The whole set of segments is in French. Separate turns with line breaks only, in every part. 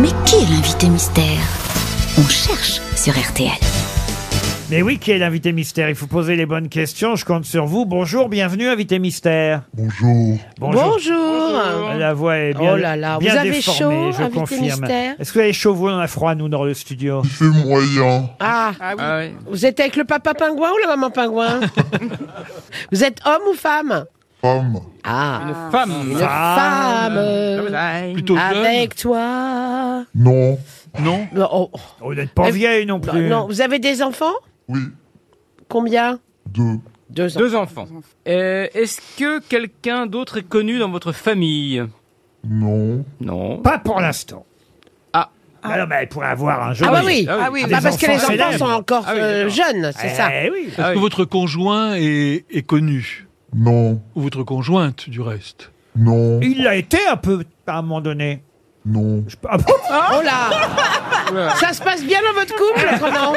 Mais qui est l'invité mystère On cherche sur RTL.
Mais oui, qui est l'invité mystère Il faut poser les bonnes questions. Je compte sur vous. Bonjour, bienvenue, invité mystère.
Bonjour.
Bonjour.
Bonjour.
La voix est bien,
Oh là là,
bien
vous avez
déformée,
chaud,
je
invité
confirme.
mystère
Est-ce que vous avez chaud vous On a froid, nous, dans le studio.
Il fait moyen.
Ah, vous êtes avec le papa pingouin ou la maman pingouin Vous êtes homme ou femme
Femme.
Ah,
Femme.
une
Ah,
Femme.
femme
Plutôt
Ah, ben,
avec toi.
Non.
Non.
Non, oh, oh,
Vous n'êtes pas
Eh,
vieille non
non,
plus.
non, vous avez des enfants
Oui.
Combien
Deux.
Deux ans.
Deux enfants. Euh, Est-ce que quelqu'un d'autre est connu dans votre famille
Non.
Non.
Pas pour l'instant.
Ah.
Ah non, mais elle pourrait avoir un jour.
Ah bah oui.
Ah
Ah
oui.
bah
Des
parce que
enfants
les enfants
célèbres.
sont encore
Ah oui,
euh,
d'accord.
jeunes, c'est ça.
Eh oui.
Ah
Est-ce
oui.
que votre conjoint est, est connu
Non.
Ou votre conjointe, du reste
Non.
Il l'a été un peu à un moment donné.
Non.
Je- ah bon
Oh là Ça se passe bien dans votre couple, non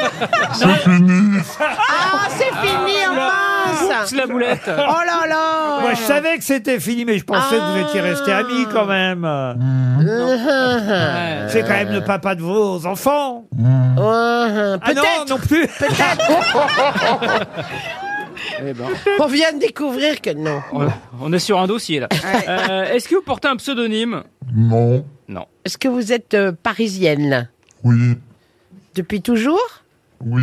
C'est fini.
Ah, c'est fini, en mince
Oups, la boulette.
Oh là là
Moi, je savais que c'était fini, mais je pensais que vous étiez restés amis quand même.
Ouais.
C'est quand même le papa de vos enfants.
Uhum.
Ah non,
hein. Peut-être
non plus.
qu'on vient de découvrir que non.
On- On est sur un dossier là. Euh, Est-ce que vous portez un pseudonyme
Non.
Est-ce que vous êtes euh, parisienne
Oui.
depuis toujours
Oui.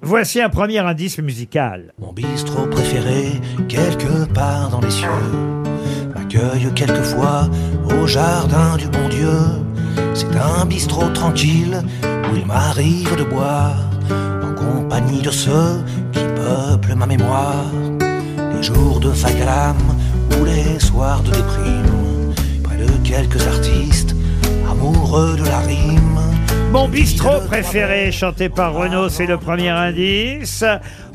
Voici un premier indice musical.
Mon bistrot préféré, quelque part dans les cieux, m'accueille quelquefois au jardin du bon Dieu. C'est un bistrot tranquille où il m'arrive de boire en compagnie de ceux qui peuplent ma mémoire. Les jours de vague à l'âme ou les soirs de déprime, près de quelques artistes amoureux de la rime.
Mon bistrot préféré, chanté par Renaud, c'est le premier indice.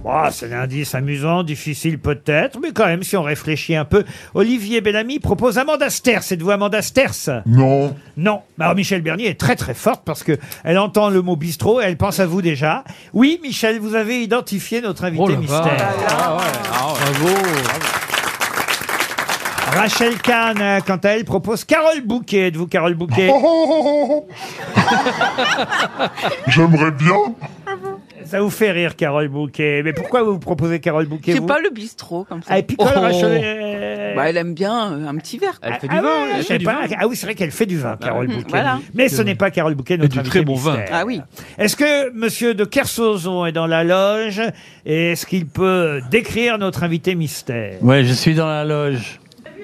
Oh, c'est un indice amusant, difficile peut-être, mais quand même, si on réfléchit un peu, Olivier Bellamy propose Amanda Sters. Êtes-vous Amanda Sters
Non.
Non. Alors, Michel Bernier est très très forte parce que elle entend le mot bistrot et elle pense à vous déjà. Oui, Michel, vous avez identifié notre invité
Oh là là.
mystère.
Ah ouais. Ah ouais.
Rachel Kahn, euh, quant à elle, propose Carole Bouquet. Êtes-vous Carole Bouquet
Oh, oh, oh, oh. J'aimerais bien.
Ça vous fait rire, Carole Bouquet. Mais pourquoi vous vous proposez Carole Bouquet
C'est
vous
pas le bistrot comme ça.
Ah, et puis quand
Oh.
Rachel, euh,
Bah, elle aime bien euh, un petit verre. quoi.
Elle fait
ah,
du vin.
ouais,
elle
je
fait
sais
du
pas.
vin.
Ah oui, c'est vrai qu'elle fait du vin, Carole Bouquet.
voilà.
Mais ce n'est pas Carole Bouquet, notre
du
invité
très bon vin.
mystère.
Ah oui.
Est-ce que Monsieur de Kersauzon est dans la loge et est-ce qu'il peut décrire notre invité mystère
Ouais, je suis dans la loge.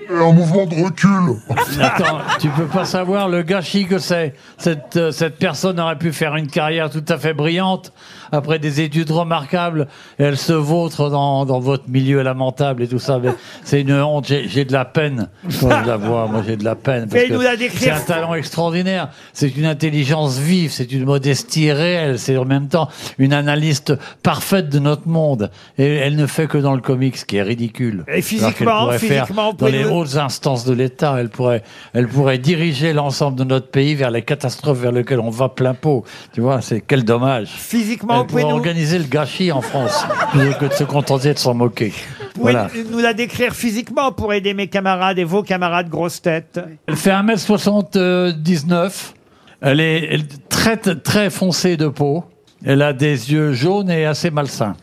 Et un mouvement de recul.
Attends, tu peux pas savoir le gâchis que c'est. Cette, euh, cette personne aurait pu faire une carrière tout à fait brillante après des études remarquables. Et elle se vautre dans, dans votre milieu lamentable et tout ça. Mais c'est une honte. J'ai j'ai de la peine quand je la vois. Moi, j'ai de la peine. parce
Fais-nous
que
la décrire.
C'est un talent extraordinaire. C'est une intelligence vive. C'est une modestie réelle. C'est en même temps une analyste parfaite de notre monde. Et elle ne fait que dans le comique, ce qui est ridicule.
Et physiquement,
Alors qu'elle pourrait faire
physiquement,
dans les
pouvez-nous-
hautes instances de l'État, elle pourrait, elle pourrait diriger l'ensemble de notre pays vers les catastrophes vers lesquelles on va plein pot. Tu vois, c'est quel dommage.
Physiquement,
elle pourrait
pouvez-nous
organiser le gâchis en France plutôt que de se contenter de s'en moquer.
pouvez
Voilà.
nous la décrire physiquement pour aider mes camarades et vos camarades grosses têtes
Elle fait 1m79. Elle est, elle est très, très foncée de peau. Elle a des yeux jaunes et assez malsains.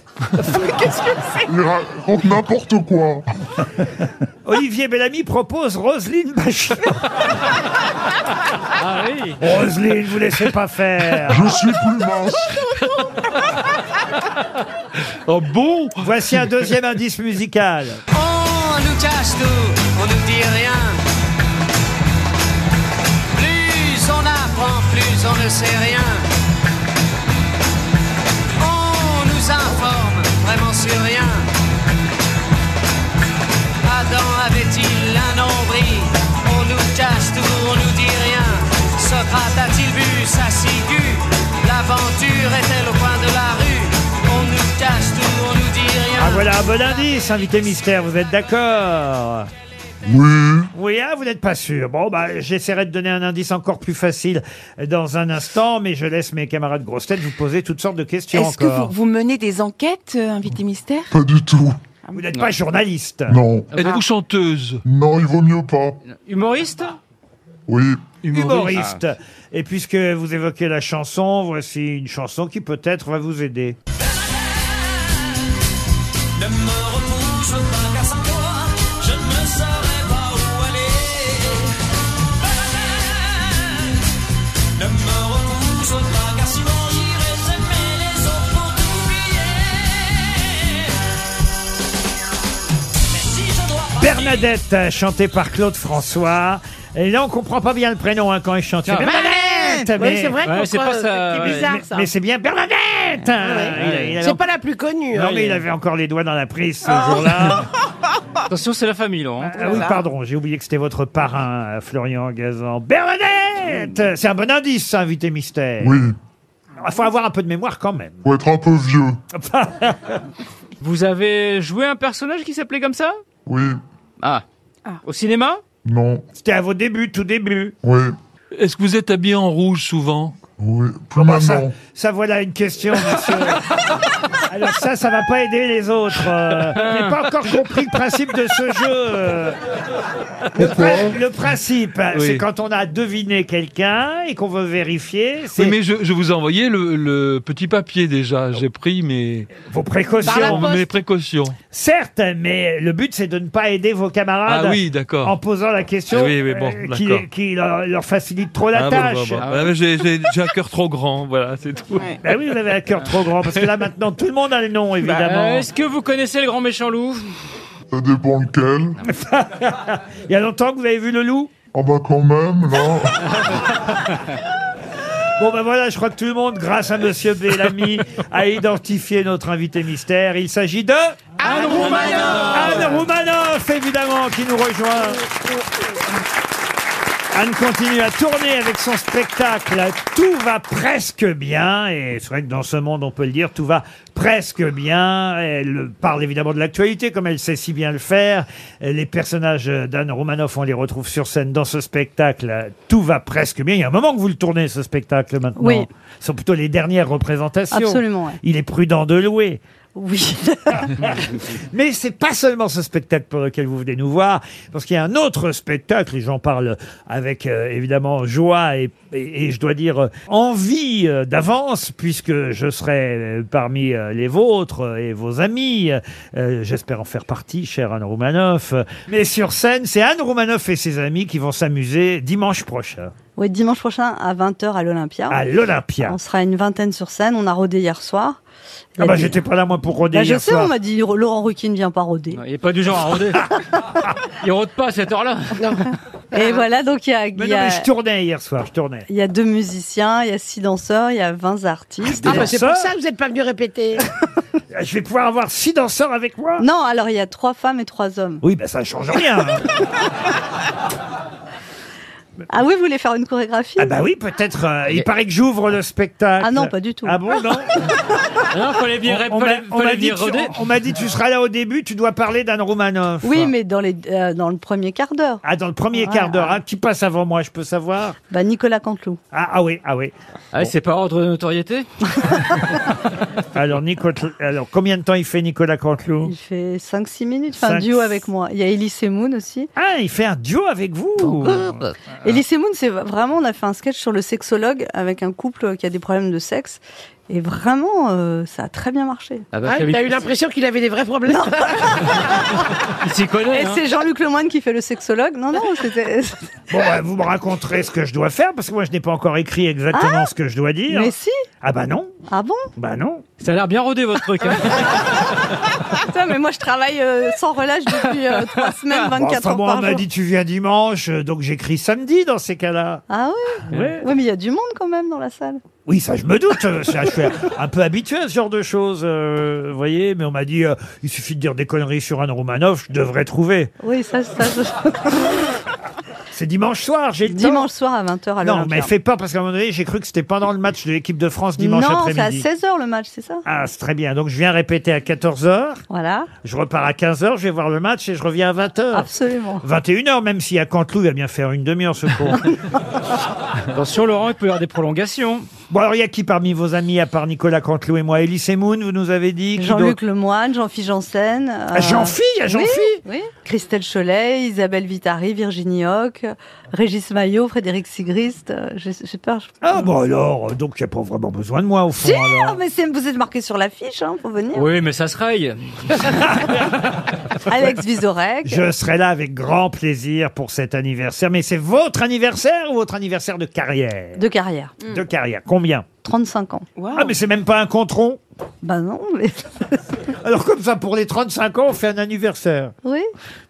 Il raconte n'importe quoi.
Olivier Bellamy propose Roselyne Bachelot.
Ah oui.
Roselyne, vous laissez pas faire.
Je suis plus mince.
Oh bon
Voici un deuxième indice musical.
On nous cache tout, on nous dit rien. Plus on apprend, plus on ne sait rien. On nous informe vraiment sur rien. Adam avait-il un nombril On nous cache tout, on nous dit rien. Socrate a-t-il vu sa ciguë L'aventure est-elle au coin de la rue On nous cache tout, on nous dit rien.
Ah voilà un bon indice, invité mystère, vous êtes d'accord
Oui.
Oui, ah, vous n'êtes pas sûr. Bon, bah, j'essaierai de donner un indice encore plus facile dans un instant, mais je laisse mes camarades grosses têtes vous poser toutes sortes de questions
Est-ce que vous,
encore.
vous menez des enquêtes, euh, invité mystère
Pas du tout.
vous n'êtes pas journaliste.
Ah.
Non.
Ah. Êtes-vous chanteuse
Non, il vaut mieux pas.
Humoriste
Oui.
Humoriste.
Ah.
Et puisque vous évoquez la chanson, voici une chanson qui peut-être va vous aider.
Ne me repousse pas car sans toi, je ne saurais pas où aller. Ne me repousse pas car sinon j'irai aimer les autres pour t'oublier. Mais si je dois partir-
Bernadette, chantée par Claude François. Et là, on comprend pas bien le prénom hein, quand il chante.
Ah.
Bernadette
Oui,
mais-
c'est vrai qu'on
Ouais, c'est
croit-
pas ça,
C'est
ouais.
bizarre,
Mais,
ça.
mais c'est bien Bernadette hein. Il a- il avait
C'est pas Oh. la plus connue.
Non,
hein,
mais il avait encore les doigts dans la prise ce jour-là.
Ah.
Attention, c'est la famille, là. hein.
Ah oui, pardon, j'ai oublié que c'était votre parrain, euh, Florian Gazan. Bernadette C'est un bon indice, ça, invité mystère.
Oui.
Il faut avoir un peu de mémoire quand même.
Faut être un peu vieux.
Vous avez joué un personnage qui s'appelait comme ça
Oui.
Ah.
Ah.
Au cinéma
Non.
C'était à vos débuts, tout début.
Oui.
Est-ce que vous êtes habillé en rouge souvent
Oui. Plus
Bon, ça,
maintenant.
ça, voilà une question, monsieur. Alors ça, ça va pas aider les autres. euh. J'ai pas encore compris le principe de ce jeu. euh. Le, prin- le principe, hein,
Oui.
c'est quand on a deviné quelqu'un et qu'on veut vérifier, c'est
Oui, mais je, je vous ai envoyé le, le petit papier déjà. J'ai pris mes,
vos précautions.
Par la poste.
mes précautions.
Certes, mais le but c'est de ne pas aider vos camarades
Ah oui, d'accord.
en posant la question
Ah oui, oui, bon,
euh, qui,
d'accord.
qui leur, leur facilite trop la
Ah, bon,
tâche.
bon, bon. Ah, mais J'ai j'ai- j'ai un cœur trop grand, voilà, c'est tout.
Ouais.
Ben oui, vous avez un cœur trop grand parce que là maintenant tout le monde a le nom
Bah,
évidemment.
euh, Est-ce que vous connaissez le grand méchant loup
Ça dépend lequel.
Il y a longtemps que vous avez vu le loup.
Ah bah quand même, là.
Bon ben voilà, je crois que tout le monde, grâce à Monsieur Bellamy, a identifié notre invité mystère. Il s'agit de Anne Roumanoff. Anne Roumanoff, évidemment, qui nous rejoint. Anne continue à tourner avec son spectacle. Tout va presque bien. Et c'est vrai que dans ce monde, on peut le dire, tout va presque bien. Elle parle évidemment de l'actualité, comme elle sait si bien le faire. Les personnages d'Anne Romanoff, on les retrouve sur scène dans ce spectacle. Tout va presque bien. Il y a un moment que vous le tournez, ce spectacle, maintenant.
Oui.
Ce sont plutôt les dernières représentations.
Absolument, ouais.
Il est prudent de louer.
Oui.
Mais c'est pas seulement ce spectacle pour lequel vous venez nous voir, parce qu'il y a un autre spectacle, et j'en parle avec euh, évidemment joie et, et- et je dois dire euh, envie euh, d'avance, puisque je serai euh, parmi euh, les vôtres euh, et vos amis. Euh, J'espère en faire partie, chère Anne Roumanoff. Mais sur scène, c'est Anne Roumanoff et ses amis qui vont s'amuser dimanche prochain
Ouais, dimanche prochain à 20h à l'Olympia.
à l'Olympia.
On sera une vingtaine sur scène. On a rodé hier soir. Il y
Ah
a
bah
des-
j'étais pas là moi pour rôder
Bah, je
hier
sais,
soir.
on m'a dit Ro- Laurent Ruquier ne vient pas roder.
Non, Il n'est pas du genre à rôder. Il rôde pas à cette heure-là.
Et voilà, donc il y a, il
Mais
y
non,
a-
mais je tournais hier soir, je tournais.
il y a deux musiciens, il y a six danseurs, il y a 20 artistes.
Ah, bah, c'est
Ça-
pour ça que vous n'êtes pas venu répéter.
Euh, Je vais pouvoir avoir six danseurs avec moi.
Non, alors il y a trois femmes et trois hommes.
Oui, ben ça ne change rien. hein.
Ah oui, vous voulez faire une chorégraphie
ah bah oui, peut-être. euh, il paraît que j'ouvre le spectacle.
Ah non, pas du tout.
Ah bon, non
Non, fallait bien,
On m'a-
fallait,
on m'a
fallait
dit,
bien
tu-
rôder.
on- on m'a dit, tu seras là au début, tu dois parler d'Anne Roumanoff.
Oui, mais dans, les, euh, dans le premier quart d'heure.
Ah, dans le premier
Ouais,
quart d'heure,
ouais.
hein, qui passe avant moi, je peux savoir
Bah, Nicolas Canteloup.
ah, ah oui, ah oui.
Ah, c'est pas ordre de notoriété
Alors, Nico, alors combien de temps il fait Nicolas Canteloup
Il fait 5-6 minutes, enfin,
Cinq-
duo avec moi. Il y a Elise Moon aussi.
Ah, il fait un duo avec vous
Oh, bah.
Ah.
Elise Moon, c'est vraiment, on a fait un sketch sur le sexologue avec un couple qui a des problèmes de sexe. Et vraiment, euh, ça a très bien marché.
Ah bah,
Hein,
Camille,
T'as eu l'impression qu'il avait des vrais problèmes.
Il s'y connaît.
Et
hein.
c'est Jean-Luc Lemoyne qui fait le sexologue Non, non, c'était.
Bon, bah, vous me raconterez ce que je dois faire, parce que moi, je n'ai pas encore écrit exactement ce que je dois dire.
Ah, Mais si
Ah bah non,
Ah bon
bah non.
Ça a l'air bien rodé, votre truc. hein.
Putain, mais moi je travaille euh, sans relâche depuis 3 semaines,
Bon,
Ah, 24
enfin,
heures
moi, on
par
m'a
jour.
dit, tu viens dimanche, euh, donc j'écris samedi dans ces cas-là.
Ah oui
Ouais.
Oui, mais il y a du monde quand même dans la salle.
Oui, ça je me doute. euh, ça, je suis un peu habitué à ce genre de choses, euh, vous voyez. Mais on m'a dit, euh, il suffit de dire des conneries sur Anne Romanoff, je devrais trouver.
Oui, ça, ça. ça-
C'est dimanche soir, j'ai le temps.
Dimanche soir à 20h à
Non,
l'Olympia.
mais fais pas parce qu'à un moment donné, j'ai cru que c'était pendant le match de l'équipe de France dimanche
Non, c'est à
après-midi.
16h le match, c'est ça
Ah, c'est très bien. Donc je viens répéter à 14h,
Voilà,
je repars à 15h, je vais voir le match et je reviens à 20h.
absolument.
21h, même si à Cantelou, il va bien faire une demi-heure ce con.
Attention, Laurent, il peut y avoir des prolongations.
Bon, alors, il y a qui parmi vos amis, à part Nicolas Cantelou et moi Elie Semoun, vous nous avez dit qui
Jean-Luc
d'autre
Lemoine, Jean-Philippe Janssen. euh,
Ah, Jean-Phi, il y a Jean-Phi
oui, oui. Christelle Cholet, Isabelle Vitari, Virginie Hoc, Régis Maillot, Frédéric Sigrist. euh, J'ai j'ai peur. je-
Ah, bon, alors, euh, donc, il n'y a pas vraiment besoin de moi, au fond.
Si,
alors.
ah, mais c'est- vous êtes marqué sur l'affiche hein, pour venir.
Oui, mais ça se raille.
Alex Vizorek.
Je serai là avec grand plaisir pour cet anniversaire. Mais c'est votre anniversaire ou votre anniversaire de carrière
De carrière.
De carrière, combien
35 ans.
Ah, mais c'est même pas un contron
Bah non, mais.
Alors, comme ça, pour les 35 ans, on fait un anniversaire.
Oui.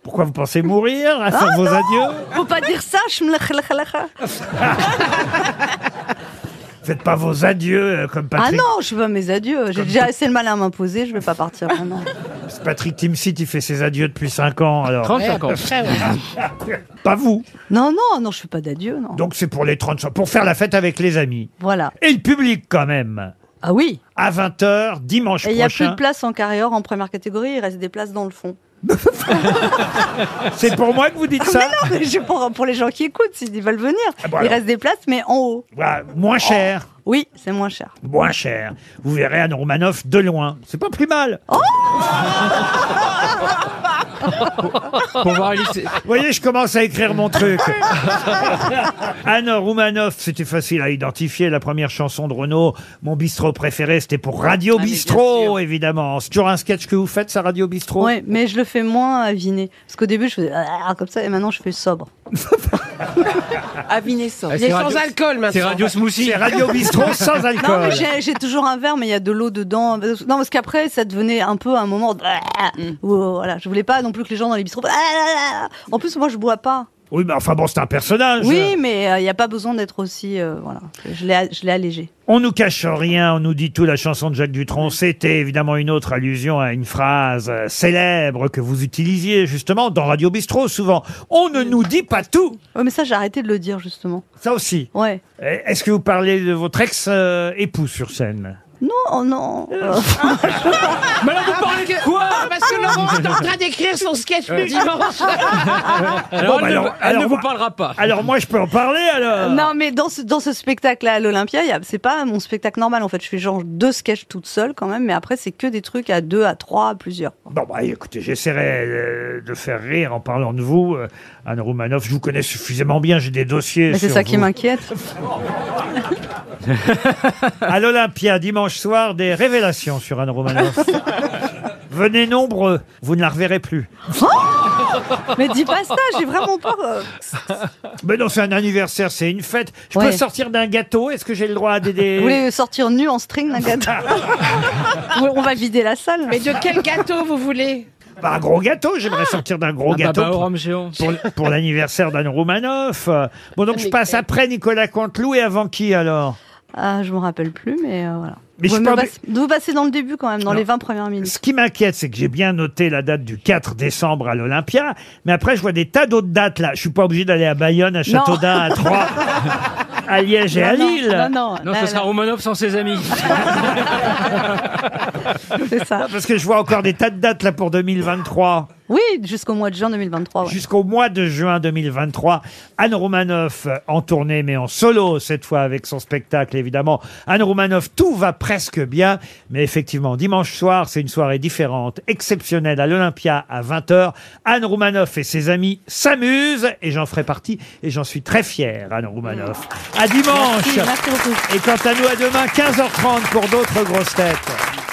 Pourquoi vous pensez mourir à faire
Ah,
vos
non
adieux
Faut pas dire ça, je me la- la- la- la- la.
Faites pas vos adieux euh, comme
Ah
Patrick.
non, je veux mes adieux. J'ai déjà assez le mal à m'imposer, je vais pas partir maintenant.
Patrick Timsit, il fait ses adieux depuis 5 ans. Alors.
35 ans.
Pas vous.
Non, non, non, je fais pas d'adieu, non.
Donc c'est pour les 35, pour faire la fête avec les amis.
Voilà.
Et le public quand même.
Ah oui.
À 20h, dimanche
Et il n'y a plus
prochain.
de place en carrière en première catégorie, il reste des places dans le fond.
C'est pour moi que vous dites
Ah,
ça
mais non, mais je- pour, pour les gens qui écoutent, s'ils veulent venir,
bon,
il
alors.
reste des places, mais en haut.
Voilà, Moins cher.
Oh. Oui, c'est moins cher.
Moins cher. Vous verrez Anne Romanoff de loin. C'est pas plus mal.
Oh.
Pour voir Elise-
Vous voyez, je commence à écrire mon truc. Anne Roumanoff, c'était facile à identifier. La première chanson de Renault, mon bistrot préféré, c'était pour Radio
Ah, mais bien
Bistrot, évidemment. C'est toujours un sketch que vous faites, ça, Radio Bistrot
Ouais, mais je le fais moins à Vinet. Parce qu'au début, je faisais ah, comme ça, et maintenant, je fais sobre.
Aviné sort.
Ah,
Il est
c'est
sans
radio-
alcool maintenant.
C'est Radio Smoothie.
C'est Radio Bistrot sans
Non, mais
alcool.
j'ai- j'ai toujours un verre, mais il y a de l'eau dedans. Non, parce qu'après, ça devenait un peu un moment. de-
Mm.
où, euh, voilà, je voulais pas non plus que les gens dans les bistrots. En plus, moi, je bois pas.
Oui, mais enfin bon, c'est un personnage.
Oui, mais euh, il n'y a pas besoin d'être aussi. euh, voilà, je l'ai je l'ai allégé.
On nous cache rien, on nous dit tout. La chanson de Jacques Dutronc, c'était évidemment une autre allusion à une phrase euh, célèbre que vous utilisiez justement dans Radio Bistrot souvent. On ne nous dit pas tout.
Ouais, mais ça, j'ai arrêté de le dire justement.
Ça aussi.
Ouais.
Eh, Est-ce que vous parlez de votre ex-époux sur scène
Non, oh non. Euh,
Quoi Parce que Laurent est en train d'écrire son sketch du dimanche.
Alors,
Bon, bah
elle,
alors-
ne, elle
alors,
ne
moi-
vous parlera pas.
Alors moi, je peux en parler alors.
Non, mais dans ce, dans ce spectacle-là à l'Olympia, il y a- c'est pas mon spectacle normal en fait. Je fais genre deux sketchs toute seule quand même, mais après, c'est que des trucs à deux, à trois, à plusieurs.
Bon, bah écoutez, j'essaierai euh, de faire rire en parlant de vous, euh, Anne Roumanoff. Je vous connais suffisamment bien, j'ai des dossiers.
Mais c'est
sur
ça qui
vous.
m'inquiète.
À l'Olympia, dimanche soir, des révélations sur Anne Romanoff. Venez nombreux, vous ne la reverrez plus.
mais dis pas ça, j'ai vraiment peur. euh.
Mais non, c'est un anniversaire, c'est une fête. Je peux
Ouais.
sortir d'un gâteau, est-ce que j'ai le droit à des... des-
Vous voulez sortir nu en string, la gâteau On va vider la salle.
Mais de quel gâteau vous voulez
Bah, un gros gâteau, j'aimerais sortir d'un gros
Ah, bah,
gâteau
bah, au
pour,
rhum géant.
pour- pour l'anniversaire d'Anne Romanoff. Bon, donc je passe après Nicolas Canteloup et avant qui alors
Ah, je me rappelle plus, mais euh, voilà.
Mais
Vaut
je
mieux
parle-
passer- de vous passer dans le début quand même, dans
Non.
les 20 premières minutes.
Ce qui m'inquiète, c'est que j'ai bien noté la date du 4 décembre à l'Olympia, mais après, je vois des tas d'autres dates là. Je suis pas obligé d'aller à Bayonne, à Châteaudun, à Troyes, à Liège et à
Non, non,
Lille.
Non, non,
Non,
là,
ce sera
là,
Romanov sans ses amis.
c'est ça.
Parce que je vois encore des tas de dates là pour 2023,
Oui, jusqu'au mois de juin 2023. ouais.
jusqu'au mois de juin 2023. Anne Romanoff euh, en tournée, mais en solo cette fois avec son spectacle évidemment. Anne Romanoff, tout va presque bien, mais effectivement dimanche soir c'est une soirée différente, exceptionnelle à l'Olympia à 20h. Anne Romanoff et ses amis s'amusent et j'en ferai partie et j'en suis très fier. Anne Romanoff. À dimanche.
Merci, merci beaucoup.
Et quant à nous à demain 15h30 pour d'autres grosses têtes.